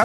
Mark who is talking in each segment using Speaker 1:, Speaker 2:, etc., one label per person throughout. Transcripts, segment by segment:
Speaker 1: อั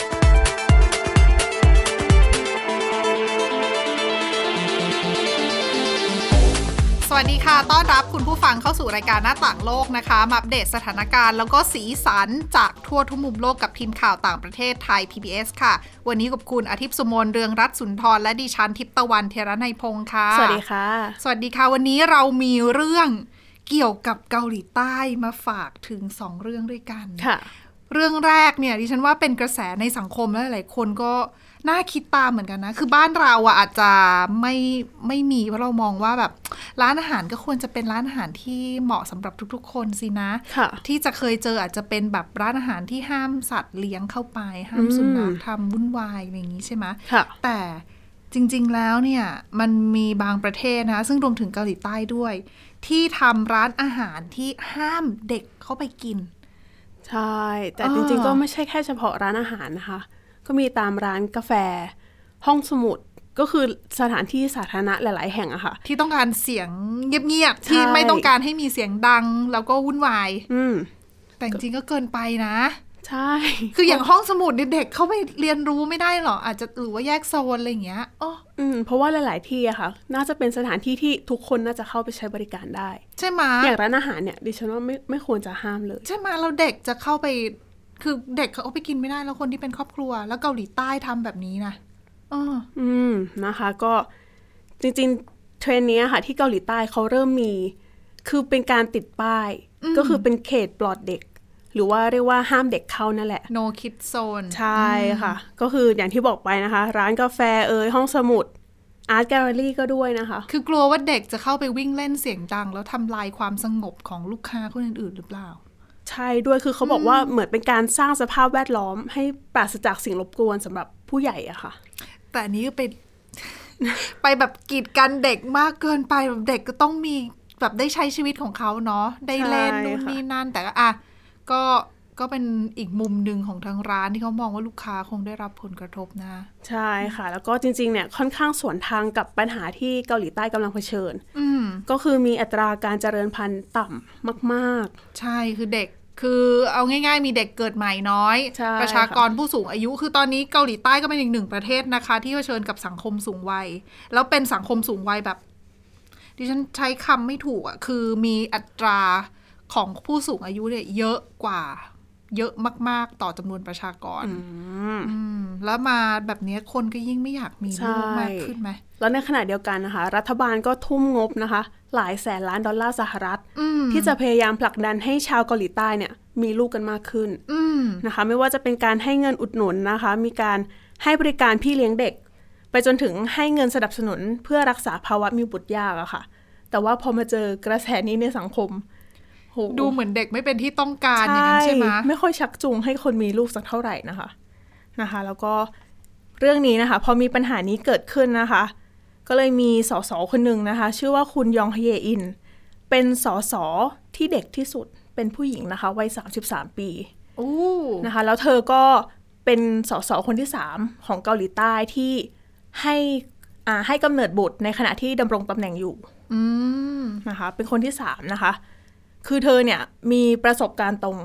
Speaker 2: สวัสดีค่ะ ต้อนรับคุณผู้ฟังเข้าสู่รายการหน้าต่างโลกนะคะ มาอัปเดตสถานการณ์แล้วก็สีสันจากทั่วทุกมุมโลกกับทีมข่าวต่างประเทศไทย PBS ค่ะ วันนี้กับคุณอาทิตย์สุโมนเรืองรัตน์สุนทร และดิฉันทิพย์ตะวันเทระในยพงค์ค่ะ
Speaker 3: สวัสดีค่ะ
Speaker 2: สวัสดีค่ะ วันนี้เรามีเรื่องเกี่ยวกับเกาหลีใต้มาฝากถึง 2 เรื่องด้วยกัน
Speaker 3: ค่ะ
Speaker 2: เรื่องแรกเนี่ยดิฉันว่าเป็นกระแสในสังคมและหลายๆคนก็น่าคิดตามเหมือนกันนะ คือบ้านเราอะอาจจะไม่ไม่มีเพราะเรามองว่าแบบ ร้านอาหารก็ควรจะเป็นร้านอาหารที่เหมาะสำหรับทุกๆ คนสินะ
Speaker 3: ค่ะ
Speaker 2: ที่จะเคยเจออาจจะเป็นแบบร้านอาหารที่ห้ามสัตว์เลี้ยงเข้าไป ห้ามสุนัข
Speaker 3: อืม
Speaker 2: ทำวุ่นวายอะไรอย่างนี้ใช่ไหม
Speaker 3: ค่ะ
Speaker 2: แต่จริงๆ แล้วเนี่ยมันมีบางประเทศนะ ซึ่งรวมถึงเกาหลีใต้ด้วย ที่ทำร้านอาหารที่ห้ามเด็กเข้าไปกิน
Speaker 3: ใช่ แต่
Speaker 2: อ่า
Speaker 3: จริงๆ ก็ไม่ใช่แค่เฉพาะร้านอาหารนะคะ ก็มีตามร้านกาแฟ ห้องสมุด ก็คือสถานที่สาธารณะหลาย ๆ แห่งอะค่ะ
Speaker 2: ที่ต้องการเสียงเงียบๆ
Speaker 3: ใช่
Speaker 2: ที่ไม่ต้องการให้มีเสียงดังแล้วก็วุ่นวาย
Speaker 3: อืม
Speaker 2: แต่จริงๆก็เกินไปนะ
Speaker 3: ใช่
Speaker 2: คืออย่างห้องสมุดเนี่ยเด็กเขาไปเรียนรู้ไม่ได้หรออาจจะหรือว่าแยกโซนอะไรอย่างเงี้ยอ๋อ
Speaker 3: อืม เพราะว่าหลาย ๆ ที่อะค่ะ น่าจะเป็นสถานที่ที่ทุกคนน่าจะเข้าไปใช้บริการได้
Speaker 2: ใช่ไหม
Speaker 3: อย่างร้านอาหารเนี่ย ดิฉันว่าไม่ไม่ควรจะห้ามเลย
Speaker 2: ใช่ไหมเราเด็กจะเข้าไป คือเด็กเขาเอาไปกินไม่ได้แล้วคนที่เป็นครอบครัว แล้วเกาหลีใต้ทำแบบนี้นะอ๋อ
Speaker 3: อืมนะคะก็จริงๆเทรนด์เนี้ยค่ะ ที่เกาหลีใต้เขาเริ่มมี คือเป็นการติดป้าย
Speaker 2: อืม
Speaker 3: ก็คือเป็นเขตปลอดเด็ก หรือว่าเรียกว่าห้ามเด็กเข้านั่นแหละ
Speaker 2: no kid zone
Speaker 3: ใช่ค่ะ ก็คืออย่างที่บอกไปนะคะ ร้านกาแฟเอ่ยห้องสมุดอาร์ตแกลเลอรี่ก็ด้วยนะคะ
Speaker 2: คือกลัวว่าเด็กจะเข้าไปวิ่งเล่นเสียงดัง แล้วทำลายความสงบของลูกค้าคนอื่นๆหรือเปล่า
Speaker 3: ใช่ด้วยคือเขาบอกว่าเหมือนเป็นการสร้างสภาพแวดล้อม ให้ปราศจากสิ่งรบกวนสำหรับผู้ใหญ่อะค่ะ
Speaker 2: แต่อันนี้ก็ไป ไปแบบกีดกันเด็กมากเกินไปแบบเด็กก็ต้องมีแบบได้ใช้ชีวิตของเขาเนาะได้เล่น
Speaker 3: ใช่
Speaker 2: นู่น
Speaker 3: ค่ะ
Speaker 2: นี่นั่น แต่ก็อ่ะก็ก็เป็นอีกมุมหนึ่งของทางร้านที่เขามองว่าลูกค้าคงได้รับผลกระทบนะ
Speaker 3: ใช่ค่ะ แล้วก็จริงๆเนี่ยค่อนข้างสวนทางกับปัญหาที่เกาหลีใต้กำลังเผชิญ
Speaker 2: อืม
Speaker 3: ก็คือมีอัตราการเจริญพันธุ์ต่ำมาก
Speaker 2: ใช่คือเด็กคือเอาง่าย ๆ มีเด็กเกิดใหม่น้อย
Speaker 3: ใช่
Speaker 2: ประชากรผู้สูงอายุ คือตอนนี้เกาหลีใต้ก็เป็นอีกหนึ่งประเทศนะคะ ที่เผชิญกับสังคมสูงวัย แล้วเป็นสังคมสูงวัยแบบ ดิฉันใช้คำไม่ถูกอ่ะคือมีอัตราของผู้สูงอายุเนี่ยเยอะกว่า เยอะมาก ๆ ต่อจำนวนประชากร อืม แล้วมาแบบเนี้ยคนก็ยิ่งไม่อยากมีลูกมาก
Speaker 3: ใช่
Speaker 2: ขึ้นไหม
Speaker 3: ๆ แล้วในขณะเดียวกันนะคะ รัฐบาลก็ทุ่มงบนะคะ หลายแสนล้านดอลลาร์สหรัฐ
Speaker 2: อืม
Speaker 3: ที่จะพยายามผลักดันให้ชาวเกาหลีใต้เนี่ยมีลูกกันมากขึ้น
Speaker 2: อืม
Speaker 3: นะคะ ไม่ว่าจะเป็นการให้เงินอุดหนุนนะคะ มีการให้บริการพี่เลี้ยงเด็ก ไปจนถึงให้เงินสนับสนุนเพื่อรักษาภาวะมีบุตรยากอะค่ะ แต่ว่าพอมาเจอกระแสนี้ในสังคมโห
Speaker 2: ดูเหมือนเด็กไม่เป็นที่ต้องการอย่างนั้นใช่ไหม
Speaker 3: ไม่ค่อยชักจูงให้คนมีลูกสักเท่าไหร่นะคะนะคะ แล้วก็เรื่องนี้นะคะ พอมีปัญหานี้เกิดขึ้นนะคะ ก็เลยมีสสคนหนึ่งนะคะ ชื่อว่าคุณยองฮเยอิน เป็นสสที่เด็กที่สุดเป็นผู้หญิงนะคะวัย33 ปี
Speaker 2: โอ้
Speaker 3: นะคะ แล้วเธอก็เป็นสสคนที่ 3 ของเกาหลีใต้ที่ให้อ่าให้กำเนิดบุตรในขณะที่ดำรงตำแหน่งอยู่
Speaker 2: อืม
Speaker 3: นะคะเป็นคนที่สามนะคะ คือเธอเนี่ยมีประสบการณ์ตรง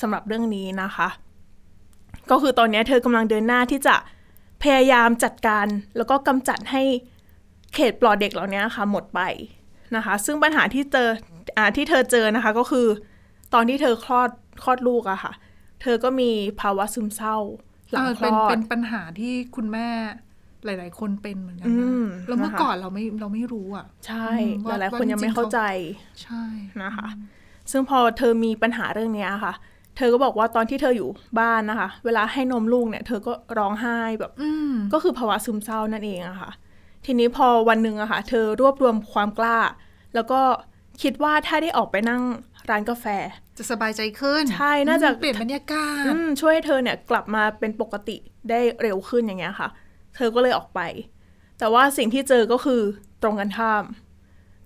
Speaker 3: สำหรับเรื่องนี้นะคะ ก็คือตอนเนี้ยเธอกำลังเดินหน้าที่จะพยายามจัดการแล้วก็กำจัดให้เขตปลอดเด็กเหล่านี้ค่ะหมดไปนะคะ ซึ่งปัญหาที่เจออาที่เธอเจอนะคะก็คือ ตอนที่เธอคลอดคลอดลูกอะค่ะ เธอก็มีภาวะซึมเศร้าหลัง
Speaker 2: เออ
Speaker 3: คล
Speaker 2: เป็น
Speaker 3: อด
Speaker 2: เป็นปัญหาที่คุณแม่หลาย ๆ คนเป็นเหมือนกัน
Speaker 3: อื
Speaker 2: นะ
Speaker 3: ม
Speaker 2: แล้วเมื่อ
Speaker 3: นะคะ
Speaker 2: ก่อนเราไม่เราไม่รู้อ่ะ
Speaker 3: ใช่
Speaker 2: อืม
Speaker 3: ห
Speaker 2: ว่า
Speaker 3: ลายๆค
Speaker 2: ว่าน จริงๆ
Speaker 3: ยังไม่เข้า
Speaker 2: เขา
Speaker 3: ใจ
Speaker 2: ใช่
Speaker 3: นะคะ ซึ่งพอเธอมีปัญหาเรื่องเนี้ยค่ะ เธอก็บอกว่าตอนที่เธออยู่บ้านนะคะ เวลาให้นมลูกเนี่ย เธอก็ร้องไห้แบบ
Speaker 2: อืม
Speaker 3: ก็คือภาวะซึมเศร้านั่นเองอะค่ะ ทีนี้พอวันหนึ่งอะค่ะ เธอรวบรวมความกล้า แล้วก็คิดว่าถ้าได้ออกไปนั่งร้านกาแฟ
Speaker 2: จะสบายใจขึ้น
Speaker 3: ใช่น่าจะ
Speaker 2: เปลี่ยนบรรยากาศ
Speaker 3: อืมช่วยให้เธอเนี่ยกลับมาเป็นปกติได้เร็วขึ้นอย่างเงี้ยค่ะ เธอก็เลยออกไป แต่ว่าสิ่งที่เจอก็คือตรงกันข้าม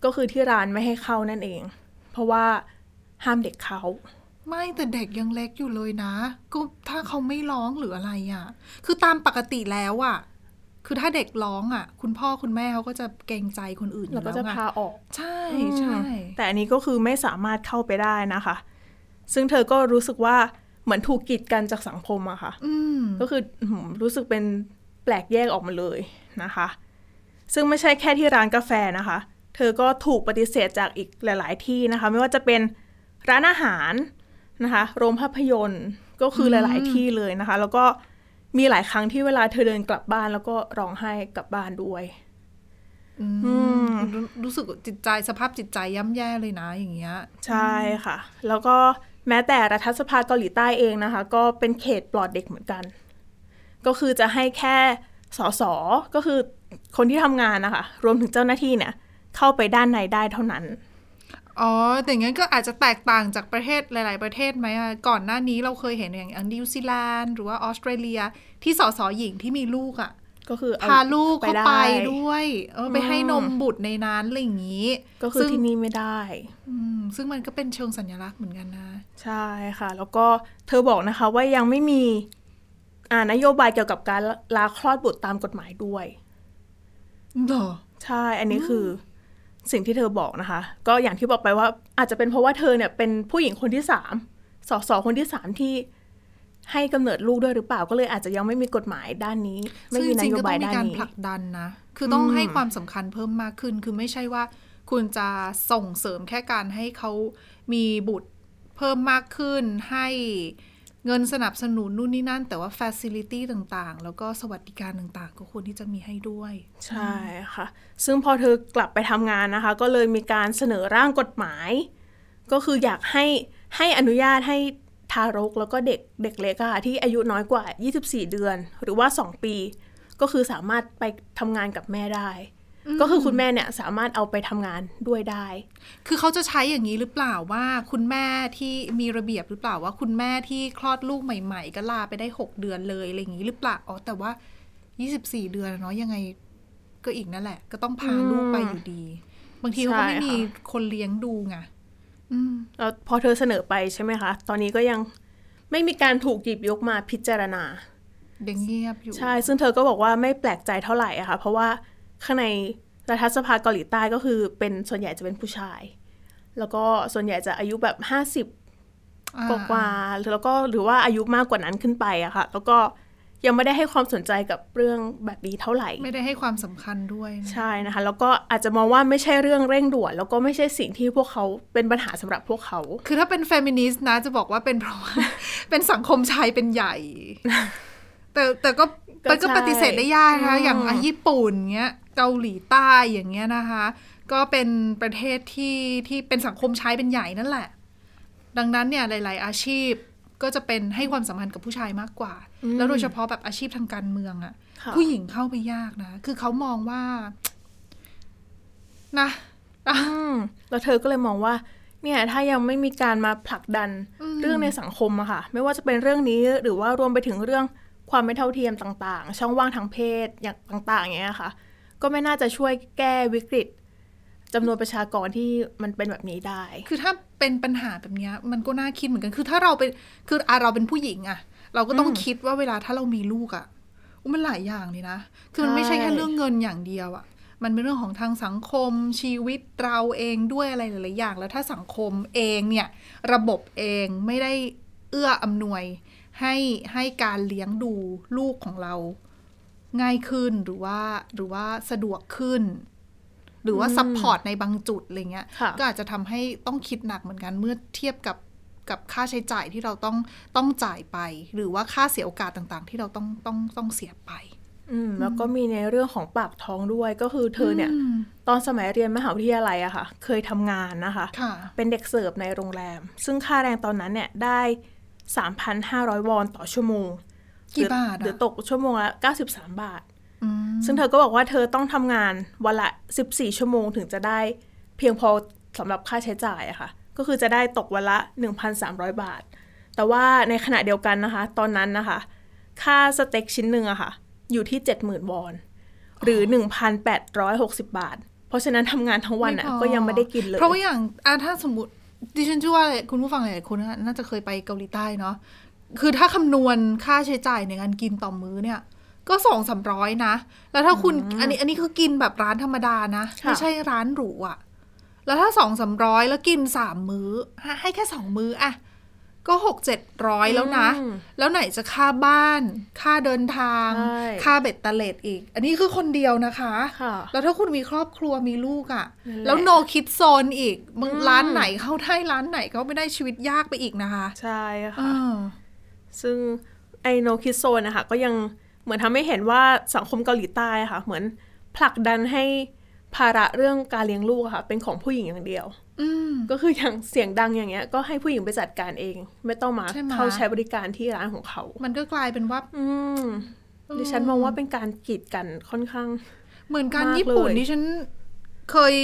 Speaker 3: ก็คือที่ร้านไม่ให้เข้านั่นเอง เพราะว่าห้ามเด็กเขา
Speaker 2: ไม่แต่เด็กยังเล็กอยู่เลยนะ ก็ถ้าเขาไม่ร้องหรืออะไรอ่ะ คือตามปกติแล้วอ่ะ คือถ้าเด็กร้องอ่ะ คุณพ่อคุณแม่เขาก็จะเกรงใจคนอื่นอยู่
Speaker 3: แล้วก็จะ
Speaker 2: ไง
Speaker 3: พาออก
Speaker 2: ใช่ใช่
Speaker 3: แต่อันนี้ก็คือไม่สามารถเข้าไปได้นะคะ ซึ่งเธอก็รู้สึกว่าเหมือนถูกกีดกันจากสังคมอะค่ะ
Speaker 2: อืม
Speaker 3: ก็คืออื้อหือรู้สึกเป็นแปลกแยกออกมาเลยนะคะ ซึ่งไม่ใช่แค่ที่ร้านกาแฟนะคะ เธอก็ถูกปฏิเสธจากอีกหลาย ๆ ที่นะคะ ไม่ว่าจะเป็นร้านอาหารนะคะ โรงภาพยนตร์ก็คือหลาย ๆ ที่เลยนะคะ แล้วก็มีหลายครั้งที่เวลาเธอเดินกลับบ้าน แล้วก็ร้องไห้กลับบ้านด้วย
Speaker 2: อืมรรู้สึกจิตใจสภาพจิตใจย่ำแย่เลยนะอย่างเงี้ย
Speaker 3: ใช่ค่ะ แล้วก็แม้แต่รัฐสภาเกาหลีใต้เองนะคะ ก็เป็นเขตปลอดเด็กเหมือนกัน ก็คือจะให้แค่สสก็คือคนที่ทำงานนะคะ รวมถึงเจ้าหน้าที่เนี่ย เข้าไปด้านในได้เท่านั้น
Speaker 2: อ๋อ แต่งั้นก็อาจจะแตกต่างจากประเทศหลาย ๆ ประเทศไหมอะก่อนหน้านี้เราเคยเห็นอย่างอังนิวซีแลนด์หรือว่าออสเตรเลียที่สสหญิงที่มีลูกอะ
Speaker 3: ก็คือเอ
Speaker 2: พาลูกเข้าไป
Speaker 3: ด้
Speaker 2: ด้วยเออไป
Speaker 3: อืม
Speaker 2: ให้นมบุตรในนั้นอะไรอย่างนี้
Speaker 3: ก็คือ
Speaker 2: ซึ่ง
Speaker 3: ที่นี่ไม่ได้
Speaker 2: อืมซึ่งมันก็เป็นเชิงสัญลักษณ์เหมือนกันนะ
Speaker 3: ใช่ค่ะ แล้วก็เธอบอกนะคะว่ายังไม่มีอ่านโยบายเกี่ยวกับการลาคลอดบุตรตามกฎหมายด้วย
Speaker 2: หรอ
Speaker 3: ใช่ อันนี้คือสิ่งที่เธอบอกนะคะ ก็อย่างที่บอกไปว่าอาจจะเป็นเพราะว่าเธอเนี่ยเป็นผู้หญิงคนที่สามสสคนที่สามที่ให้กำเนิดลูกด้วยหรือเปล่า ก็เลยอาจจะยังไม่มีกฎหมายด้านนี้ ไม่
Speaker 2: ซึ่ง
Speaker 3: มีน
Speaker 2: จริง
Speaker 3: โย
Speaker 2: ๆก็ต้
Speaker 3: บา
Speaker 2: อย งมี
Speaker 3: ด้าน
Speaker 2: การ
Speaker 3: นี้
Speaker 2: ผลักดันนะ คือต้อง
Speaker 3: อืม
Speaker 2: ให้ความสำคัญเพิ่มมากขึ้น คือไม่ใช่ว่าคุณจะส่งเสริมแค่การให้เขามีบุตรเพิ่มมากขึ้น ให้เงินสนับสนุนนู่นนี่นั่น แต่ว่า Facility ต่างๆ แล้วก็สวัสดิการต่างๆ ก็ควรที่จะมีให้ด้วย
Speaker 3: ใช่ค่ะ ซึ่งพอเธอกลับไปทำงานนะคะ ก็เลยมีการเสนอร่างกฎหมาย ก็คืออยากให้ให้อนุญาตให้ทารกแล้วก็เด็กเด็กเล็กอะค่ะที่อายุน้อยกว่า 24 เดือน หรือว่า 2 ปี ก็คือสามารถไปทำงานกับแม่ได้ ก็คือคุณแม่เนี่ยสามารถเอาไปทำงานด้วยได้
Speaker 2: คือเขาจะใช้อย่างนี้หรือเปล่าว่าคุณแม่ที่มีระเบียบหรือเปล่าว่าคุณแม่ที่คลอดลูกใหม่ ๆ ก็ลาไปได้ 6 เดือนเลยอะไรอย่างนี้หรือเปล่าอ๋อแต่ว่า 24 เดือนอะเนาะยังไงก็อีกนั่นแหละ ก็ต้องพาลูกไปอยู่ดี บางทีเขาก็ไม่
Speaker 3: ใช่ค่ะ
Speaker 2: มีคนเลี้ยงดูไงอืม
Speaker 3: แล้วพอเธอเสนอไปใช่ไหมคะ ตอนนี้ก็ยังไม่มีการถูกหยิบยกมาพิจารณา
Speaker 2: ยังเงียบอยู่
Speaker 3: ใช่ ซึ่งเธอก็บอกว่าไม่แปลกใจเท่าไหร่อะค่ะ เพราะว่าข้างในรัฐสภาเกาหลีใต้ก็คือเป็นส่วนใหญ่จะเป็นผู้ชาย แล้วก็ส่วนใหญ่จะอายุแบบ
Speaker 2: อ่
Speaker 3: 50 กว่ากว่าแล้วก็หรือว่าอายุมากกว่านั้นขึ้นไปอะค่ะ แล้วก็ยังไม่ได้ให้ความสนใจกับเรื่องแบบนี้เท่าไหร่
Speaker 2: ไม่ได้ให้ความสำคัญด้วยนะ
Speaker 3: ใช่นะคะ แล้วก็อาจจะมองว่าไม่ใช่เรื่องเร่งด่วน แล้วก็ไม่ใช่สิ่งที่พวกเขาเป็นปัญหาสำหรับพวกเขา
Speaker 2: คือถ้าเป็นเฟมินิสต์นะ จะบอกว่าเป็นเพราะว่า เป็นสังคมชายเป็นใหญ่ แต่แต่ก็
Speaker 3: ก็
Speaker 2: มันก็
Speaker 3: ใช่
Speaker 2: ปฏิเสธได้ยากนะคะ
Speaker 3: อืม
Speaker 2: อย่างอ่ะญี่ปุ่นเงี้ยเกาหลีใต้อย่างเงี้ยนะคะ ก็เป็นประเทศที่ที่เป็นสังคมชายเป็นใหญ่นั่นแหละ ดังนั้นเนี่ยหลาย ๆ อาชีพก็จะเป็นให้ความสำคัญกับผู้ชายมากกว่า แล้วโดยเฉพาะแบบอาชีพทางการเมืองอะ
Speaker 3: ค่ะ
Speaker 2: ผู้หญิงเข้าไปยากนะ คือเขามองว่า นะอ่ะ
Speaker 3: อืมแล้วเธอก็เลยมองว่า เนี่ยถ้ายังไม่มีการมาผลักดัน
Speaker 2: อืม
Speaker 3: เรื่องในสังคมอะค่ะ ไม่ว่าจะเป็นเรื่องนี้หรือว่ารวมไปถึงเรื่องความไม่เท่าเทียมต่างๆ ช่องว่างทางเพศอย่างต่างๆอย่างเงี้ยค่ะ ก็ไม่น่าจะช่วยแก้วิกฤตจำนวนประชากรที่มันเป็นแบบนี้ได้
Speaker 2: คือถ้าเป็นปัญหาแบบเนี้ย มันก็น่าคิดเหมือนกัน คือถ้าเราเป็น คืออ่ะเราเป็นผู้หญิงอะเราก็ต้องคิดว่าเวลาถ้าเรามีลูกอะอุ๊ยมันหลายอย่างเลยนะ คือมันไม่ใช่
Speaker 3: ใช่
Speaker 2: แค่เรื่องเงินอย่างเดียวอะมันเป็นเรื่องของทางสังคม ชีวิตเราเองด้วยอะไรหลายๆอย่าง แล้วถ้าสังคมเองเนี่ย ระบบเองไม่ได้เอื้ออำนวย ให้ให้การเลี้ยงดูลูกของเรา ง่ายขึ้นหรือว่าหรือว่าสะดวกขึ้น หรือว่าซัพพอร์ตในบางจุดอะไรเงี้ย
Speaker 3: ค่ะ
Speaker 2: ก็อาจจะทำให้ต้องคิดหนักเหมือนกันเมื่อเทียบกับกับค่าใช้จ่ายที่เราต้องต้องจ่ายไป หรือว่าค่าเสียโอกาสต่างๆ ที่เราต้องต้องต้องเสียไป
Speaker 3: อืมแล้วก็มีในเรื่องของปากท้องด้วยก็คือเธอเนี่ย
Speaker 2: ม
Speaker 3: ตอนสมัยเรียนมหาวิทยาลัยอะค่ะ เคยทำงานนะคะ
Speaker 2: ค่ะ
Speaker 3: เป็นเด็กเสิร์ฟในโรงแรม ซึ่งค่าแรงตอนนั้นเนี่ยได้ 3,500 วอนต่อชั่วโมง
Speaker 2: กี่บาทอะ
Speaker 3: หรือตกชั่วโมงละ 93 บาท
Speaker 2: อืม
Speaker 3: ซึ่งเธอก็บอกว่าเธอต้องทำงานวันละ 14 ชั่วโมงถึงจะได้เพียงพอสำหรับค่าใช้จ่ายอะค่ะ ก็คือจะได้ตกวันละ 1,300 บาท แต่ว่าในขณะเดียวกันนะคะ ตอนนั้นนะคะ ค่าสเต็กชิ้นหนึ่งอะค่ะ อยู่ที่ 70,000 วอน หรือ 1,860 บาท เพราะฉะนั้นทำงานทั้งวันอะ
Speaker 2: พ
Speaker 3: ก็ยังไม่ได้กินเลย
Speaker 2: เพราะว่าอย่างอ่ะถ้าสมมติดิฉันเชื่อว่าคุณผู้ฟังหลายๆคนน่ะน่าจะเคยไปเกาหลีใต้เนาะคือถ้าคำนวณค่าใช้จ่ายในการกินต่อมื้อเนี่ย ก็สองสามร้อยนะ แล้วถ้าคุณอันนี้อันนี้คือกินแบบร้านธรรมดานะ
Speaker 3: ค่ะ
Speaker 2: ไม่ใช่ร้านหรูอะแล้วถ้าสองสามร้อยแล้วกินสามมื้อฮะให้แค่สองมื้ออะก็หกเจ็ดร้อยแล้วนะ
Speaker 3: อืม
Speaker 2: แล้วไหนจะค่าบ้าน ค่าเดินทาง
Speaker 3: ใช่
Speaker 2: ค่าเบ็ดเตล็ดอีก อันนี้คือคนเดียวนะคะ
Speaker 3: ค่ะ
Speaker 2: แล้วถ้าคุณมีครอบครัวมีลูกอะ่ะ
Speaker 3: นั่นแหละ
Speaker 2: แล้วโนคิดโซนอีกมึง
Speaker 3: อืม
Speaker 2: ร้านไหนเข้าได้ร้านไหนก็ไม่ได้ชีวิตยากไปอีกนะคะ
Speaker 3: ใช่ค่ะ
Speaker 2: อ่า
Speaker 3: ซึ่งไอโนคิดโซนนะคะก็ยังเหมือนทำให้เห็นว่าสังคมเกาหลีใต้อะค่ะ เหมือนผลักดันให้ภาระเรื่องการเลี้ยงลูกอะค่ะ เป็นของผู้หญิงอย่างเดียว
Speaker 2: อืม
Speaker 3: ก็คืออย่างเสียงดังอย่างเงี้ย ก็ให้ผู้หญิงไปจัดการเอง ไม่ต้องมา
Speaker 2: ใช่ไหม
Speaker 3: เข้าใช้บริการที่ร้านของเขา
Speaker 2: มันก็กลายเป็นว่า
Speaker 3: อืมดิฉันมองว่าเป็นการกีดกันค่อนข้าง
Speaker 2: เหมือนกัน
Speaker 3: มาก
Speaker 2: ญี่ปุ่น
Speaker 3: เลย
Speaker 2: ที่ฉันเคย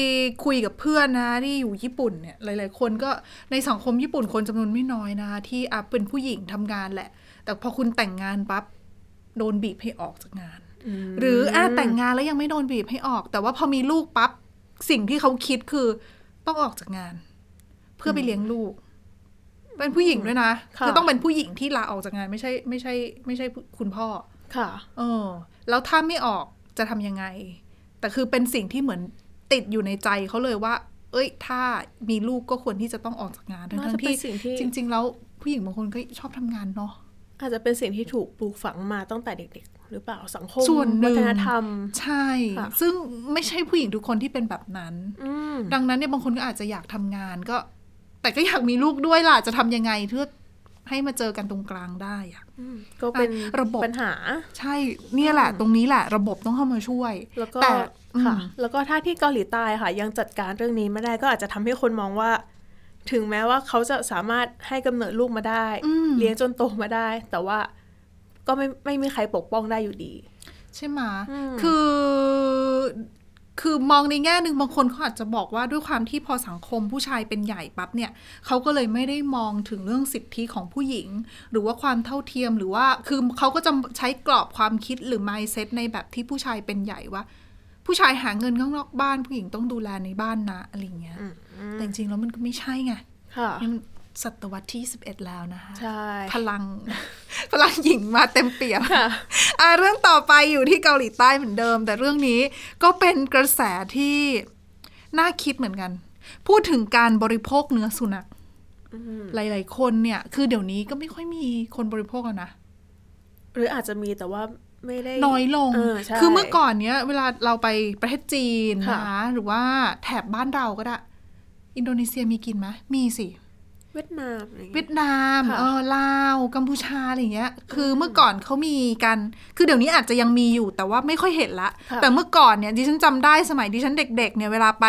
Speaker 2: คุยกับเพื่อนนะที่อยู่ญี่ปุ่นเนี่ยหลาย ๆ คนก็ในสังคมญี่ปุ่นคนจำนวนไม่น้อยนะ ที่อ่ะเป็นผู้หญิงทำงานแหละ แต่พอคุณแต่งงานปั๊บโดนบีบให้ออกจากงาน หรืออ่ะแต่งงานแล้วยังไม่โดนบีบให้ออก แต่ว่าพอมีลูกปั๊บสิ่งที่เขาคิดคือต้องออกจากงาน เพื่อไปเลี้ยงลูก เป็นผู้หญิงด้วยนะ
Speaker 3: ค่ะ
Speaker 2: ต้องเป็นผู้หญิงที่ลาออกจากงานไม่ใช่ไม่ใช่ ไม่ใช่คุณพ่อ
Speaker 3: ค่ะ
Speaker 2: เออแล้วถ้าไม่ออกจะทำยังไง แต่คือเป็นสิ่งที่เหมือนติดอยู่ในใจเขาเลยว่า เอ้ย ถ้ามีลูกก็ควรที่จะต้องออกจากงานทั้ง
Speaker 3: น่า
Speaker 2: ทั้
Speaker 3: จะ
Speaker 2: ง
Speaker 3: เป็น
Speaker 2: ที่
Speaker 3: สิ่งที่
Speaker 2: จริง ๆ แล้วผู้หญิงบางคนก็ชอบทำงานเนาะ
Speaker 3: อาจจะเป็นสิ่งที่ถูกปลูกฝังมาตั้งแต่เด็กๆ หรือเปล่าสังคม
Speaker 2: ส่วนหนึ่ง
Speaker 3: วัฒนธรรม
Speaker 2: ใช่
Speaker 3: ค่ะ
Speaker 2: ซึ่งไม่ใช่ผู้หญิงทุกคนที่เป็นแบบนั้น
Speaker 3: อืม
Speaker 2: ดังนั้นเนี่ยบางคนก็อาจจะอยากทำงานก็ แต่ก็อยากมีลูกด้วยล่ะจะทำยังไงเพื่อให้มาเจอกันตรงกลางได้อะ
Speaker 3: ก็เป็น
Speaker 2: อ่ะระบบ
Speaker 3: ปัญหา
Speaker 2: ใช่เนี่ยแหละ ตรงนี้แหละ ระบบต้องเข้ามาช่วย
Speaker 3: แล้วก็
Speaker 2: แต่
Speaker 3: ค่ะ
Speaker 2: อืม
Speaker 3: แล้วก็ถ้าที่เกาหลีใต้ค่ะ ยังจัดการเรื่องนี้ไม่ได้ก็อาจจะทำให้คนมองว่า ถึงแม้ว่าเขาจะสามารถให้กำเนิดลูกมาได้
Speaker 2: อืม
Speaker 3: เลี้ยงจนโตมาได้ แต่ว่าก็ไม่ไม่มีใครปกป้องได้อยู่ดี
Speaker 2: ใช่ไหม
Speaker 3: อืม
Speaker 2: คือ คือมองในแง่หนึ่งบางคนเขาอาจจะบอกว่าด้วยความที่พอสังคมผู้ชายเป็นใหญ่ปั๊บเนี่ยเขาก็เลยไม่ได้มองถึงเรื่องสิทธิของผู้หญิง หรือว่าความเท่าเทียมหรือว่า คือเขาก็จะใช้กรอบความคิดหรือ mindset ในแบบที่ผู้ชายเป็นใหญ่ว่า ผู้ชายหาเงินข้างนอกบ้าน ผู้หญิงต้องดูแลในบ้านนะอะไรอย่างเงี้ย
Speaker 3: อืม
Speaker 2: แต่จริงๆแล้วมันก็ไม่ใช่ไง
Speaker 3: ค่ะ
Speaker 2: นี่มันศตวรรษที่ 11 แล้วนะคะ
Speaker 3: ใช่
Speaker 2: พลัง พลังหญิงมาเต็มเปี่ยม
Speaker 3: ค่ะ
Speaker 2: อ่ะเรื่องต่อไปอยู่ที่เกาหลีใต้เหมือนเดิม แต่เรื่องนี้ก็เป็นกระแสที่น่าคิดเหมือนกัน พูดถึงการบริโภคเนื้อสุนัขหลาย ๆ คนเนี่ย คือเดี๋ยวนี้ก็ไม่ค่อยมีคนบริโภคแล้วนะ
Speaker 3: หรืออาจจะมีแต่ว่าไม่ได้
Speaker 2: น้อยลง
Speaker 3: เออใช่
Speaker 2: คือเมื่อก่อนเนี้ย เวลาเราไปประเทศจีน
Speaker 3: ค่ะ
Speaker 2: นะคะหรือว่าแถบบ้านเราก็ได้ อินโดนีเซียมีกินไหมมีสิ
Speaker 3: เวียดนามอะไรอย่าง
Speaker 2: เวี
Speaker 3: เงี้
Speaker 2: ย
Speaker 3: ย
Speaker 2: ดนาม
Speaker 3: ค่ะ
Speaker 2: เออลาว กัมพูชา อะไรอย่างเงี้ย คือเมื่อก่อนเขามีกัน คือเดี๋ยวนี้อาจจะยังมีอยู่ แต่ว่าไม่ค่อยเห็นละ
Speaker 3: ค่ะ
Speaker 2: แต่เมื่อก่อนเนี่ย ดิฉันจำได้สมัยดิฉันเด็ก ๆ เนี่ย เวลาไป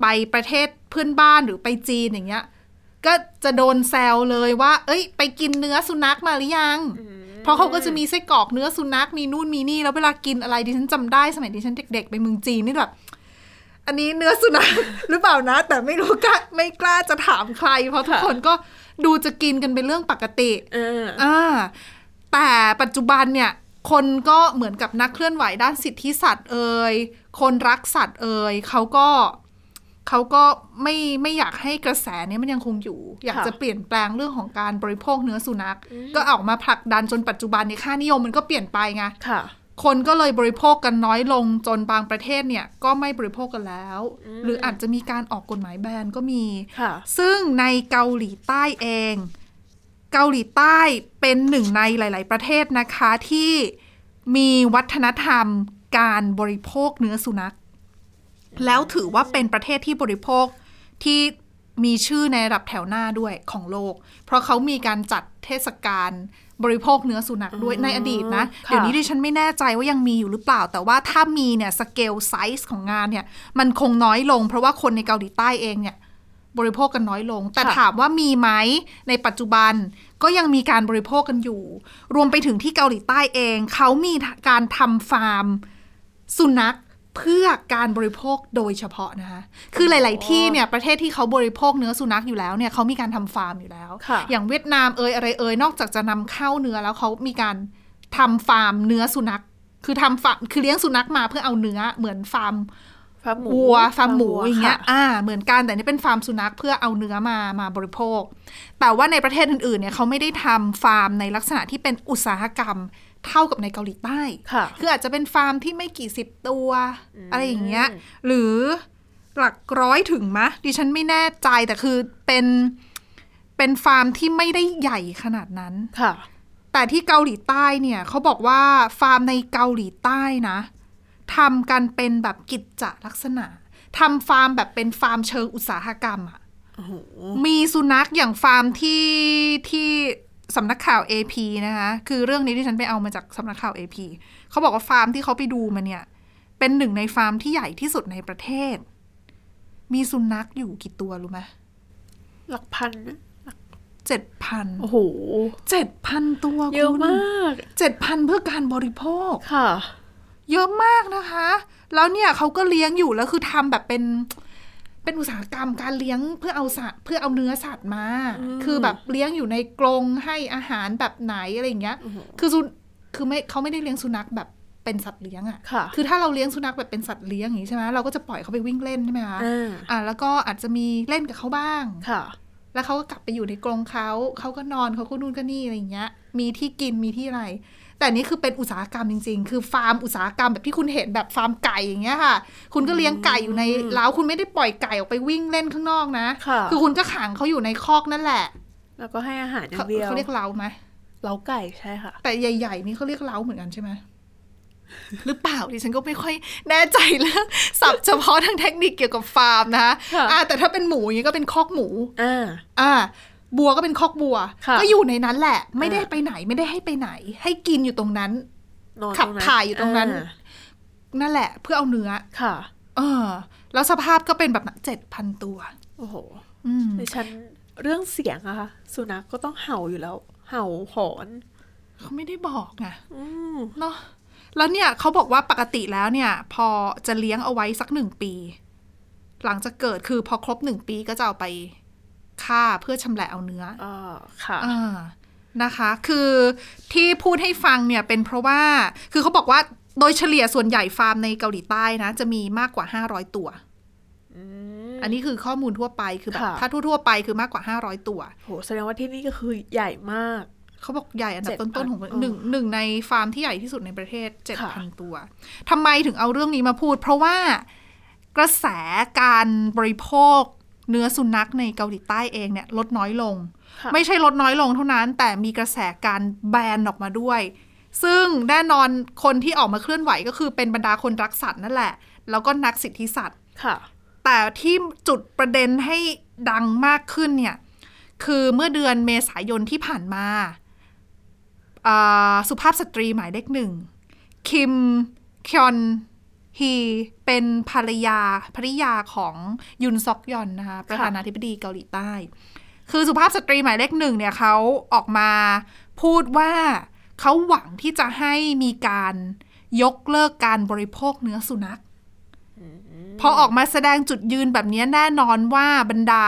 Speaker 2: ไปประเทศเพื่อนบ้านหรือไปจีนอย่างเงี้ย ก็จะโดนแซวเลยว่า เอ้ย ไปกินเนื้อสุนัขมาหรือยัง เพราะเขาก็จะมีไส้กรอกเนื้อสุนัข มีนู่นมีนี่ แล้วเวลากินอะไรดิฉันจำได้สมัยดิฉันเด็ก ๆ ไปเมืองจีนนี่แบบ อันนี้เนื้อสุนัข หรือเปล่านะ แต่ไม่รู้กล้าไม่กล้าจะถามใคร เพราะทุก
Speaker 3: ค่ะ
Speaker 2: คนก็ดูจะกินกันเป็นเรื่องปกติ
Speaker 3: เออ
Speaker 2: อ่าแต่ปัจจุบันเนี่ย คนก็เหมือนกับนักเคลื่อนไหวด้านสิทธิสัตว์เอ่ยคนรักสัตว์เอ่ยเขาก็เขาก็ไม่ไม่อยากให้กระแสเนี้มันยังคงอยู่ อยากจะเปลี่ยนแปลงเรื่องของการบริโภคเนื้อสุนัข ก็ออกมาผลักดันจนปัจจุบันในยค่านิยมมันก็เปลี่ยนไปไง
Speaker 3: ค่ะ
Speaker 2: คนก็เลยบริโภคกันน้อยลงจนบางประเทศเนี่ย ก็ไม่บริโภคกันแล้ว หรืออาจจะมีการออกกฎหมายแบนก็มี
Speaker 3: ค่ะ
Speaker 2: ซึ่งในเกาหลีใต้เอง เกาหลีใต้เป็นหนึ่งในหลาย ๆ ประเทศนะคะที่มีวัฒนธรรมการบริโภคเนื้อสุนัข แล้วถือว่าเป็นประเทศที่บริโภคที่มีชื่อในระดับแถวหน้าด้วยของโลก เพราะเขามีการจัดเทศกาลบริโภคเนื้อสุนัขด้วยในอดีตนะ
Speaker 3: ค่ะ
Speaker 2: เดี๋ยวนี้ดิฉันไม่แน่ใจว่ายังมีอยู่หรือเปล่า แต่ว่าถ้ามีเนี่ยสเกลไซส์ของงานเนี่ย มันคงน้อยลง เพราะว่าคนในเกาหลีใต้เองเนี่ย บริโภคกันน้อยลง แต่
Speaker 3: ค่ะ
Speaker 2: ถามว่ามีไหมในปัจจุบันก็ยังมีการบริโภคกันอยู่ รวมไปถึงที่เกาหลีใต้เอง เขามีการทำฟาร์ม สุนัขเพื่อการบริโภคโดยเฉพาะนะคะ คือหลาย ๆ ที่เนี่ยประเทศที่เขาบริโภคเนื้อสุนัขอยู่แล้วเนี่ยเขามีการทำฟาร์มอยู่แล้ว
Speaker 3: ค่ะ
Speaker 2: อย่างเวียดนามเอยอะไรเอยนอกจากจะนำเข้าเนื้อแล้วเขามีการทำฟาร์มเนื้อสุนัข คือทำฟาร์มคือเลี้ยงสุนัขมาเพื่อเอาเนื้อเหมือนฟาร์ม
Speaker 3: ฟาร์มหมู
Speaker 2: วัวฟาร์มหมู
Speaker 3: วัว
Speaker 2: อย่างเงี้ย
Speaker 3: ค่ะ
Speaker 2: อ่าเหมือนกันแต่นี่เป็นฟาร์มสุนัขเพื่อเอาเนื้อมามาบริโภค แต่ว่าในประเทศอื่นๆเนี่ยเขาไม่ได้ทำฟาร์มในลักษณะที่เป็นอุตสาหกรรม เท่ากับในเกาหลีใต้
Speaker 3: ค่ะ
Speaker 2: คืออาจจะเป็นฟาร์มที่ไม่กี่สิบตัว
Speaker 4: อืม
Speaker 2: อะไรอย่างเงี้ย หรือหลักร้อยถึงมะ ดิฉันไม่แน่ใจแต่คือเป็นเป็นฟาร์มที่ไม่ได้ใหญ่ขนาดนั้น
Speaker 3: ค่ะ
Speaker 2: แต่ที่เกาหลีใต้เนี่ยเขาบอกว่าฟาร์มในเกาหลีใต้นะทำกันเป็นแบบกิจจลักษณะทำฟาร์มแบบเป็นฟาร์มเชิงอุตสาหกรรมอะ
Speaker 4: โอ้โห
Speaker 2: มีสุนัขอย่างฟาร์มที่ที่สำนักข่าว AP นะคะคือเรื่องนี้ที่ฉันไปเอามาจากสำนักข่าว AP เขาบอกว่าฟาร์มที่เขาไปดูมาเนี่ย เป็นหนึ่งในฟาร์มที่ใหญ่ที่สุดในประเทศ มีสุนัขอยู่กี่ตัวรู้ไหม
Speaker 4: หลักพันนะ
Speaker 2: เจ็ดพัน
Speaker 3: โอ้โห
Speaker 2: เจ็ดพันตัว
Speaker 4: เยอะมาก
Speaker 2: เจ็ดพันเพื่อการบริโภค
Speaker 3: ค่ะ
Speaker 2: เยอะมากนะคะ แล้วเนี่ยเขาก็เลี้ยงอยู่แล้วคือทำแบบเป็น เป็นอุตสาหกรรมการเลี้ยงเพื่อเอาสัตว์เพื่อเอาเนื้อสัตว์มา
Speaker 4: อืม
Speaker 2: คือแบบเลี้ยงอยู่ในกรงให้อาหารแบบไหนอะไรอย่างเงี้ย
Speaker 4: โอ้โห
Speaker 2: คือสุนคือไม่เขาไม่ได้เลี้ยงสุนัขแบบเป็นสัตว์เลี้ยงอะ
Speaker 3: ค่ะ
Speaker 2: คือถ้าเราเลี้ยงสุนัขแบบเป็นสัตว์เลี้ยงอย่างนี้ใช่ไหมเราก็จะปล่อยเขาไปวิ่งเล่นใช่ไหมคะ
Speaker 4: อ่า
Speaker 2: อ่ะแล้วก็อาจจะมีเล่นกับเขาบ้าง
Speaker 3: ค่ะ
Speaker 2: แล้วเขาก็กลับไปอยู่ในกรงเขา เขาก็นอนเขาก็นู่นก็นี่อะไรอย่างเงี้ย มีที่กินมีที่อะไร แต่อันนี้คือเป็นอุตสาหกรรมจริง ๆ คือฟาร์มอุตสาหกรรมแบบที่คุณเห็นแบบฟาร์มไก่อย่างเงี้ยค่ะ คุณก็เลี้ยงไก่อยู่ในเล้าคุณไม่ได้ปล่อยไก่ออกไปวิ่งเล่นข้างนอกนะ
Speaker 3: ค่ะ
Speaker 2: อคุณก็ขังเขาอยู่ในคอกนั่นแหละ
Speaker 4: แล้วก็ให้อาหารอย่า
Speaker 2: เขา
Speaker 4: งเดียว
Speaker 2: เขาเรียกเล้าไหม
Speaker 3: เล้าไก่ใช่ค่ะ
Speaker 2: แต่ใหญ่ๆนี่เขาเรียกเล้าเหมือนกันใช่ไหม หรือเปล่าดิฉันก็ไม่ค่อยแน่ใจเรื่องศัพท์เฉพาะทางเทคนิคเกี่ยวกับฟาร์มนะคะ
Speaker 3: ค่ะ
Speaker 2: อ่ะแต่ถ้าเป็นหมูอย่างงี้ก็เป็นคอกหมู
Speaker 4: อ่า
Speaker 2: อ่าบัวก็เป็นคอกบัว
Speaker 3: ค่ะ
Speaker 2: ก็อยู่ในนั้นแหละ ไม่ได้
Speaker 4: อ่า
Speaker 2: ไปไหนไม่ได้ให้ไปไหน ให้กินอยู่ตรงนั้น
Speaker 4: นอน
Speaker 2: ขับ
Speaker 4: ตรงนั้น
Speaker 2: ถ่ายอยู่ตรงนั้น
Speaker 4: า
Speaker 2: นั่นแหละ เพื่อเอาเนื้อ
Speaker 3: ค่ะ
Speaker 2: เออ แล้วสภาพก็เป็นแบบเจ็ดพัน7,000 ตัว
Speaker 4: โอ้โห
Speaker 2: อืม
Speaker 4: ดิฉันเรื่องเสียงอะค่ะ สุนัขก็ต้องเห่าอยู่แล้ว เห่าหอน
Speaker 2: เขาไม่ได้บอกไง
Speaker 4: อืม
Speaker 2: เนาะแล้วเนี่ยเขาบอกว่าปกติแล้วเนี่ย พอจะเลี้ยงเอาไว้สักหนึ่งปี หลังจากเกิดคือพอครบหนึ่งปีก็จะเอาไปฆ่าเพื่อชำแหละเอาเนื้อ
Speaker 4: อ่า
Speaker 3: ค่ะ
Speaker 2: อ่านะคะคือที่พูดให้ฟังเนี่ยเป็นเพราะว่าคือเขาบอกว่าโดยเฉลี่ยส่วนใหญ่ฟาร์มในเกาหลีใต้นะ จะมีมากกว่า 500 ตัว
Speaker 4: อืม
Speaker 2: อันนี้คือข้อมูลทั่วไปคือแบบ
Speaker 3: ค่ะ
Speaker 2: ถ้าทั่วๆไปคือมากกว่า 500 ตัว
Speaker 4: โหแสดงว่าที่นี่ก็คือใหญ่มาก
Speaker 2: เขาบอกใหญ่อันดับ
Speaker 4: 7,000
Speaker 2: ต้นๆของประ
Speaker 4: เออ
Speaker 2: หนึ่งหนึ่งในฟาร์มที่ใหญ่ที่สุดในประเทศ
Speaker 4: ค่ะ
Speaker 2: 7,000 ตัวทำไมถึงเอาเรื่องนี้มาพูด เพราะว่ากระแสการบริโภคเนื้อสุนัขในเกาหลีใต้เองเนี่ยลดน้อยลง
Speaker 4: ค่ะ
Speaker 2: ไม่ใช่ลดน้อยลงเท่านั้น แต่มีกระแสการแบนออกมาด้วย ซึ่งแน่นอนคนที่ออกมาเคลื่อนไหวก็คือเป็นบรรดาคนรักสัตว์นั่นแหละ แล้วก็นักสิทธิสัตว์
Speaker 4: ค่ะ
Speaker 2: แต่ที่จุดประเด็นให้ดังมากขึ้นเนี่ย คือเมื่อเดือนเมษายนที่ผ่านมาอ่าสุภาพสตรีหมายเลขหนึ่ง คิมคยอนฮีเป็นภรรยาภริยาของยุนซอกยอนนะคะประธานาธิบดีเกาหลีใต้ คือสุภาพสตรีหมายเลขหนึ่งเนี่ยเขาออกมาพูดว่าเขาหวังที่จะให้มีการยกเลิกการบริโภคเนื้อสุนัข พอออกมาแสดงจุดยืนแบบนี้แน่นอนว่าบรรดา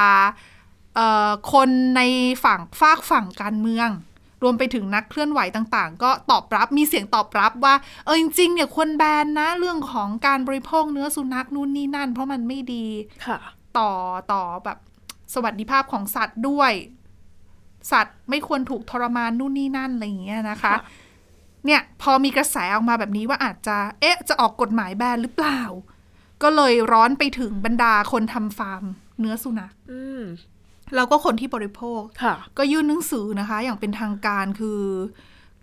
Speaker 2: เอ่อคนในฝั่งฝากฝั่งการเมือง รวมไปถึงนักเคลื่อนไหวต่างๆ ก็ตอบรับมีเสียงตอบรับว่า เออจริงๆเนี่ยควรแบนนะเรื่องของการบริโภคเนื้อสุนัขนู่นนี่นั่น เพราะมันไม่ดี
Speaker 3: ค่ะ
Speaker 2: ต่อต่อแบบสวัสดิภาพของสัตว์ด้วย สัตว์ไม่ควรถูกทรมานนู่นนี่นั่นอะไรอย่างเงี้ยนะคะ
Speaker 4: ค่ะ
Speaker 2: เนี่ยพอมีกระแสออกมาแบบนี้ว่าอาจจะเอ๊ะจะออกกฎหมายแบนหรือเปล่า ก็เลยร้อนไปถึงบรรดาคนทำฟาร์มเนื้อสุนัข
Speaker 4: อืม
Speaker 2: แล้วก็คนที่บริโภค
Speaker 3: ค่ะ
Speaker 2: ก็ยื่นหนังสือนะคะ อย่างเป็นทางการคือ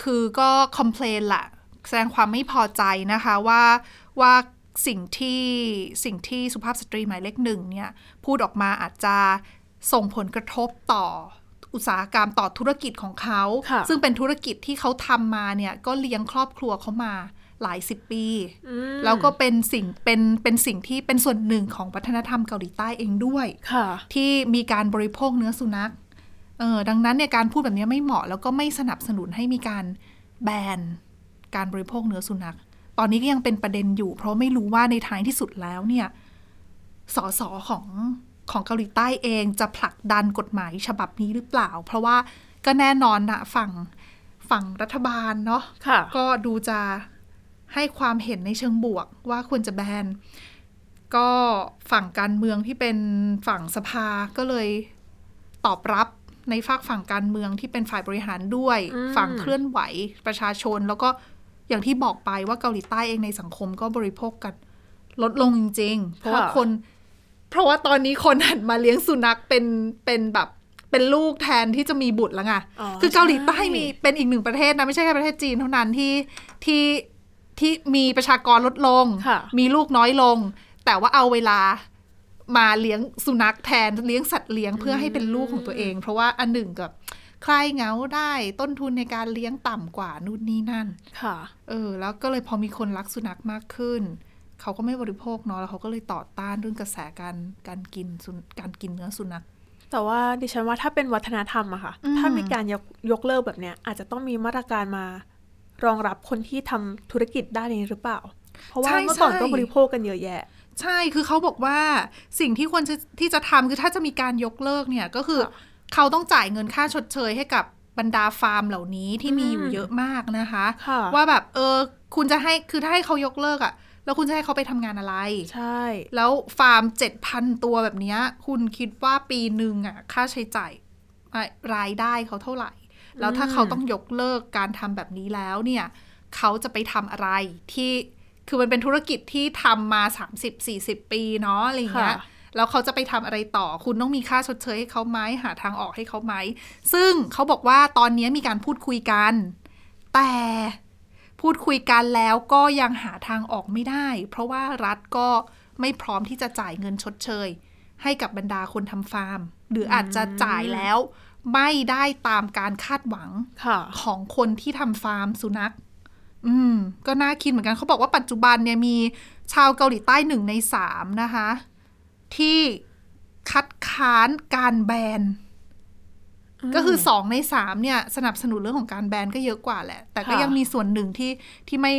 Speaker 2: คือก็คอมเพลนละแสดงความไม่พอใจนะคะว่าว่าสิ่งที่สิ่งที่สุภาพสตรีหมายเลขหนึ่งเนี่ย พูดออกมาอาจจะส่งผลกระทบต่ออุตสาหกรรมต่อธุรกิจของเขา
Speaker 3: ค่ะ
Speaker 2: ซึ่งเป็นธุรกิจที่เขาทำมาเนี่ย ก็เลี้ยงครอบครัวเขามาหลายสิบปี
Speaker 4: อืม
Speaker 2: แล้วก็เป็นสิ่งเป็นเป็นสิ่งที่เป็นส่วนหนึ่งของวัฒนธรรมเกาหลีใต้เองด้วย
Speaker 3: ค่ะ
Speaker 2: ที่มีการบริโภคเนื้อสุนัข เออดังนั้นเนี่ยการพูดแบบนี้ไม่เหมาะ แล้วก็ไม่สนับสนุนให้มีการแบนการบริโภคเนื้อสุนัข ตอนนี้ก็ยังเป็นประเด็นอยู่ เพราะไม่รู้ว่าในท้ายที่สุดแล้วเนี่ย สสของของเกาหลีใต้เองจะผลักดันกฎหมายฉบับนี้หรือเปล่า เพราะว่าก็แน่นอนนะฝั่งฝั่งรัฐบาลเนาะ
Speaker 3: ค่ะ
Speaker 2: ก็ดูจะให้ความเห็นในเชิงบวกว่าควรจะแบน ก็ฝั่งการเมืองที่เป็นฝั่งสภาก็เลยตอบรับ ในฝากฝั่งการเมืองที่เป็นฝ่ายบริหารด้วย
Speaker 4: อืม
Speaker 2: ฝั่งเคลื่อนไหวประชาชน แล้วก็อย่างที่บอกไปว่าเกาหลีใต้เองในสังคมก็บริโภคกัน ลดลงจริง ๆ เพราะว่า
Speaker 3: ค่ะ
Speaker 2: คน เพราะว่าตอนนี้คนหันมาเลี้ยงสุนัขเป็นเป็นแบบเป็นลูกแทนที่จะมีบุตรแล้วไง
Speaker 4: อ๋อ
Speaker 2: คือเกาหลีใต้
Speaker 4: ใช่
Speaker 2: มีเป็นอีกหนึ่งประเทศนะไม่ใช่แค่ประเทศจีนเท่านั้นที่ที่ที่มีประชากรลดลง
Speaker 3: ค่ะ
Speaker 2: มีลูกน้อยลง แต่ว่าเอาเวลามาเลี้ยงสุนัขแทนเลี้ยงสัตว์เลี้ยงเพื่อให้เป็นลูกของตัวเอง เพราะว่าอันหนึ่งกับใครเหงาได้ต้นทุนในการเลี้ยงต่ำกว่านู่นนี่นั่น
Speaker 3: ค่ะ
Speaker 2: เออแล้วก็เลยพอมีคนรักสุนัขมากขึ้น เขาก็ไม่บริโภคเนาะแล้วเขาก็เลยต่อต้านเรื่องกระแสการการกินสุนการกินเนื้อสุนัข
Speaker 4: แต่ว่าดิฉันว่าถ้าเป็นวัฒนธรรมอะค่ะ
Speaker 2: อืม
Speaker 4: ถ้ามีการยกยกเลิกแบบเนี้ย อาจจะต้องมีมาตรการมารองรับคนที่ทำธุรกิจด้านนี้หรือเปล่า เพราะว่าเมื่อก่อนก็บริโภคกันเยอะแยะ
Speaker 2: ใช่คือเขาบอกว่าสิ่งที่ควรจะที่จะทำคือถ้าจะมีการยกเลิกเนี่ยก็คือเขาต้องจ่ายเงินค่าชดเชยให้กับบรรดาฟาร์มเหล่านี้ที่มีอยู่
Speaker 4: อืม
Speaker 2: เยอะมากนะคะ
Speaker 4: ค่ะ
Speaker 2: ว่าแบบเออคุณจะให้คือถ้าให้เขายกเลิกอะแล้วคุณจะให้เขาไปทำงานอะไร
Speaker 4: ใช่
Speaker 2: แล้วฟาร์มเจ็ดพันตัวแบบเนี้ย คุณคิดว่าปีหนึ่งอะค่าใช้จ่ายอ่ะรายได้เขาเท่าไหร่ แล้วถ้าเขาต้องยกเลิกการทำแบบนี้แล้วเนี่ย เขาจะไปทำอะไรที่คือมันเป็นธุรกิจที่ทำมา 30-40 ปีเนาะอะไรอย่างเงี้ย
Speaker 4: ค่ะ
Speaker 2: แล้วเขาจะไปทำอะไรต่อ คุณต้องมีค่าชดเชยให้เขาไหมหาทางออกให้เขาไหม ซึ่งเขาบอกว่าตอนนี้มีการพูดคุยกัน แต่พูดคุยกันแล้วก็ยังหาทางออกไม่ได้ เพราะว่ารัฐก็ไม่พร้อมที่จะจ่ายเงินชดเชย ให้กับบรรดาคนทำฟาร์ม หรืออาจจะจ่ายแล้ว ไม่ได้ตามการคาดหวัง
Speaker 4: ค่ะ
Speaker 2: ของคนที่ทำฟาร์มสุนัข อืม ก็น่าคิดเหมือนกันเขาบอกว่าปัจจุบันเนี่ยมีชาวเกาหลีใต้หนึ่งในสามนะคะ ที่คัดค้านการแบน ก็คือสองในสามเนี่ย สนับสนุนเรื่องของการแบนก็เยอะกว่าแหละ แต่ก็
Speaker 4: ค่ะ
Speaker 2: ยังมีส่วนหนึ่งที่ที่ไม่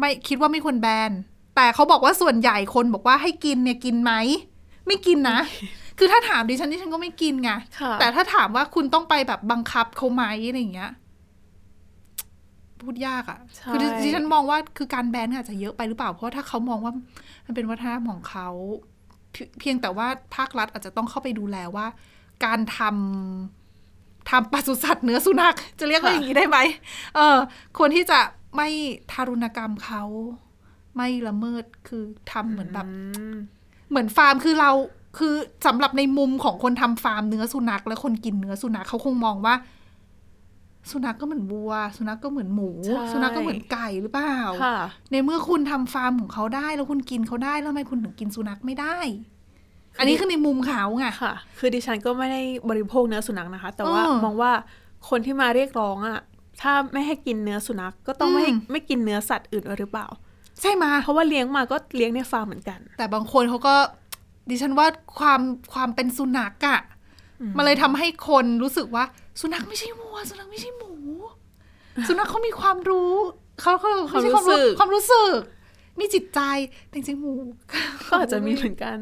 Speaker 2: ไม่คิดว่าไม่ควรแบน แต่เขาบอกว่าส่วนใหญ่คนบอกว่าให้กินเนี่ยกินไหม ไม่กินนะ คือถ้าถามดิฉันดิฉันก็ไม่กินไง
Speaker 4: ค่ะ
Speaker 2: แต่ถ้าถามว่าคุณต้องไปแบบบังคับเขาไหมอะไรอย่างเงี้ย พูดยากอะ่ะ
Speaker 4: ใช่
Speaker 2: คือดิฉันมองว่าคือการแบนอาจจะเยอะไปหรือเปล่า เพราะว่าถ้าเขามองว่ามันเป็นวัฒนธรรมของเขาเพียเพียงแต่ว่าภาครัฐอาจจะต้องเข้าไปดูแลว่า การทำทำปศุสัตว์เนื้อสุนัข จะเรียกว่าอย่างนี้ได้ไหมเออควรที่จะไม่ทารุณกรรมเขาไม่ละเมิดคือทำเหมือนแบบ
Speaker 4: อืม
Speaker 2: เหมือนฟาร์มคือเราคือสำหรับในมุมของคนทำฟาร์มเนื้อสุนัข และคนกินเนื้อสุนัขเขาคงมองว่า สุนัขก็เหมือนวัว สุนัขก็เหมือนหมู
Speaker 4: ใช่
Speaker 2: สุนัขก็เหมือนไก่หรือเปล่า
Speaker 4: ค่ะ
Speaker 2: ในเมื่อคุณทำฟาร์มของเขาได้ แล้วคุณกินเขาได้แล้วทำไมคุณถึงกินสุนัขไม่ได้ อันนี้คือในมุมเขาไง
Speaker 4: ค่ะ คือดิฉันก็ไม่ได้บริโภคเนื้อสุนัขนะคะ แต่ว่า
Speaker 2: อืม
Speaker 4: มองว่าคนที่มาเรียกร้องอะถ้าไม่ให้กินเนื้อสุนัขก็ต้องไม่ให้
Speaker 2: อืม
Speaker 4: ไม่กินเนื้อสัตว์อื่นด้วยหรือเปล่า
Speaker 2: ใช่ไหมย
Speaker 4: เพราะว่าเลี้ยงมาก็เลี้ยงในฟาร์มเหมือนกัน
Speaker 2: แต่บางคนเขาก็ดิฉันว่าความความเป็นสุนัขอะมันเลยทำให้คนรู้สึกว่า สุนัขไม่ใช่วัว สุนัขไม่ใช่หมู สุนัขเขามีความรู้เขาเขา
Speaker 4: ควา
Speaker 2: ไม่
Speaker 4: มรู้
Speaker 2: ใช่ความ
Speaker 4: สึ
Speaker 2: รู้
Speaker 4: ก
Speaker 2: ความรู้สึก มีจิตใจแต่จริงๆหมู
Speaker 4: ก็อาจจะมีเหมือนกัน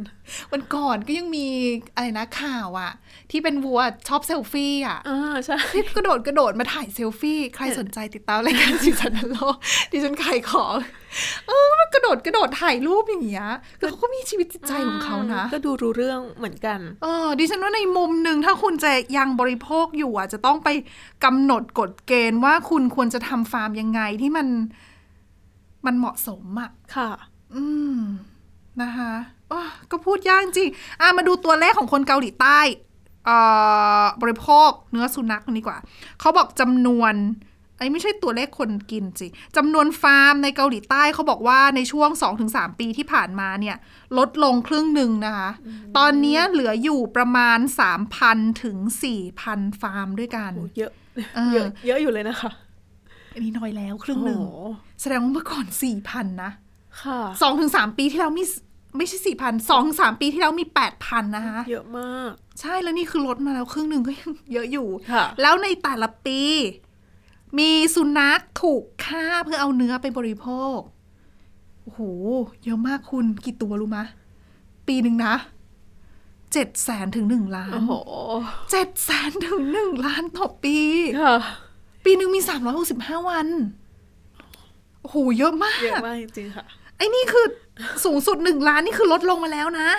Speaker 2: วันก่อนก็ยังมีอะไรนะข่าวอะที่เป็นวัวชอบเซลฟี่อะ
Speaker 4: อ่าใช่
Speaker 2: ที่กระโดดกระโดดมาถ่ายเซลฟี่ ใครสนใจติดตามรายการ ดิฉันนันโลกดิฉันขายของเออมันกระโดดกระโดดถ่ายรูปอย่างเงี้ยคือเขาก็มีชีวิตจิตใจของเขานะ
Speaker 4: ก็ดูรู้เรื่องเหมือนกัน
Speaker 2: เออดิฉันว่าในมุมหนึ่งถ้าคุณจะยังบริโภคอยู่อ่ะจะต้องไปกำหนดกฎเกณฑ์ว่าคุณควรจะทำฟาร์มยังไงที่มันมันเหมาะสมอ่ะ
Speaker 4: ค่ะ
Speaker 2: อืม นะคะอ้อก็พูดยากจริงอ่ะมาดูตัวเลขของคนเกาหลีใต้เอ่อบริโภคเนื้อสุนัขกันดีกว่า เขาบอกจำนวนไอ้ยไม่ใช่ตัวเลขคนกินสิจำนวนฟาร์มในเกาหลีใต้เขาบอกว่าในช่วง 2-3 ปีที่ผ่านมาเนี่ย ลดลงครึ่งหนึ่งนะคะ ตอนเนี้ยเหลืออยู่ประมาณ 3,000 ถึง 4,000 ฟาร์มด้วยกัน
Speaker 4: โอ้เยอะ
Speaker 2: เออ
Speaker 4: เยอะ เยอะอยู่เลยนะคะ
Speaker 2: อันนี้น้อยแล้วครึ่งหนึ่ง
Speaker 4: โอ้โ
Speaker 2: แสดงว่าเมื่อก่อน 4,000 นะ
Speaker 4: ค่ะ
Speaker 2: สองถึงสามปีที่แล้วมีไม่ใช่สี่พันสองสามปีที่แล้วมีแปดพันนะคะ
Speaker 4: เยอะมาก
Speaker 2: ใช่แล้วนี่คือลดมาแล้วครึ่งหนึ่งก็ยังเยอะอยู่
Speaker 4: ค่ะ
Speaker 2: แล้วในแต่ละปี มีสุนัขถูกฆ่าเพื่อเอาเนื้อไปบริโภคโอ้โหเยอะมากคุณกี่ตัวรู้มะ ปีหนึ่งนะเจ็ดแสนถึงหนึ่งล้าน
Speaker 4: โอ้โห
Speaker 2: เจ็ดแสนถึงหนึ่งล้านต่อปี
Speaker 4: ค่ะ
Speaker 2: ปีหนึ่งมีสามร้อยหกสิบห้าวันโอ้โหเยอะมาก
Speaker 4: เยอะมากจริงๆค่ะ
Speaker 2: ไอ้นี่คือ สูงสุดหนึ่งล้านนี่คือลดลงมาแล้วนะ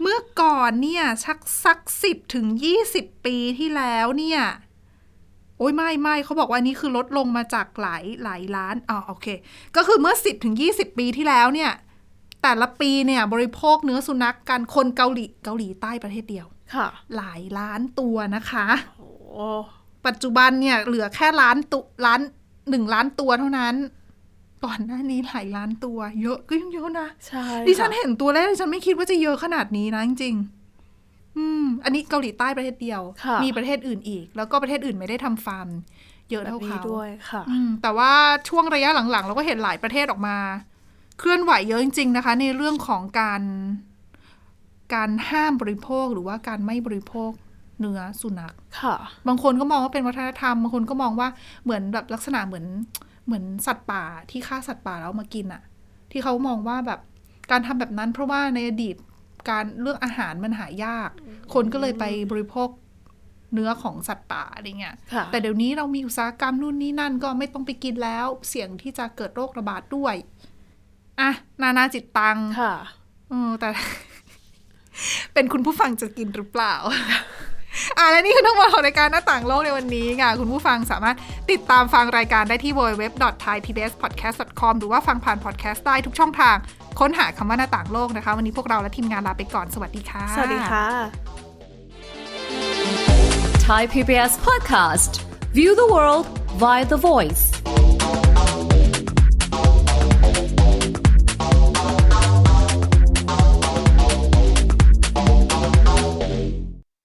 Speaker 2: เมื่อก่อนเนี่ยชักสักสิบถึงยี่สิบปีที่แล้วเนี่ย โอ้ยไม่ไม่เขาบอกว่านี่คือลดลงมาจากหลายหลายล้านอ๋อโอเค ก็คือเมื่อสิบถึงยี่สิบปีที่แล้วเนี่ย แต่ละปีเนี่ยบริโภคเนื้อสุนัขกันคนเกาหลีเกาหลีใต้ประเทศเดียว
Speaker 4: ค่ะ
Speaker 2: หลายล้านตัวนะคะ
Speaker 4: โอ้
Speaker 2: ปัจจุบันเนี่ยเหลือแค่ล้านตุล้านหนึ่งล้านตัวเท่านั้น ก่อนหน้านี้หลายล้านตัว เยอะก็ยังเยอะนะ
Speaker 4: ใช่
Speaker 2: ดิฉัน
Speaker 4: ค่ะ
Speaker 2: เห็นตัวแรกดิฉันไม่คิดว่าจะเยอะขนาดนี้นะจริงๆอืม อันนี้เกาหลีใต้ประเทศเดียว
Speaker 4: ค่ะ
Speaker 2: มีประเทศอื่นอีก แล้วก็ประเทศอื่นไม่ได้ทำฟาร์มเยอะ
Speaker 4: แบบ
Speaker 2: เท่า
Speaker 4: นี้
Speaker 2: เขา
Speaker 4: ด้วยค่ะ
Speaker 2: อืม แต่ว่าช่วงระยะหลังๆ เราก็เห็นหลายประเทศออกมา เคลื่อนไหวเยอะจริง ๆ นะคะ ในเรื่องของการ การห้ามบริโภคหรือว่าการไม่บริโภคเนื้อสุนัข
Speaker 4: ค่ะ
Speaker 2: บางคนก็มองว่าเป็นวัฒนธรรม บางคนก็มองว่าเหมือนแบบลักษณะเหมือนเหมือนสัตว์ป่าที่ฆ่าสัตว์ป่าแล้วเอามากินอะ่ะ ที่เขามองว่าแบบการทำแบบนั้นเพราะว่าในอดีตการเลือกอาหารมันหายาก คนก็เลยไปบริโภคเนื้อของสัตว์ป่าอะไรเงี้ย
Speaker 4: ค่ะ
Speaker 2: แต่เดี๋ยวนี้เรามีอุตสาหกรรมนู่นนี่นั่นก็ไม่ต้องไปกินแล้ว เสี่ยงที่จะเกิดโรคระบาดด้วยอ่ะนานาจิตตัง
Speaker 4: ค่ะ
Speaker 2: เออแต่ เป็นคุณผู้ฟังจะกินหรือเปล่า อ่ะและนี่คือทั้งหมดของรายการหน้าต่างโลกในวันนี้ค่ะคุณผู้ฟังสามารถติดตามฟังรายการได้ที่ www.thaipbspodcast.com หรือว่าฟังผ่านพอดแคสต์ได้ทุกช่องทาง ค้นหาคำว่าหน้าต่างโลกนะคะ วันนี้พวกเราและทีมงานลาไปก่อนสวัสดีค่ะ
Speaker 4: สวัสดีค่ะ
Speaker 5: Thai PBS podcast. View the world via the voice.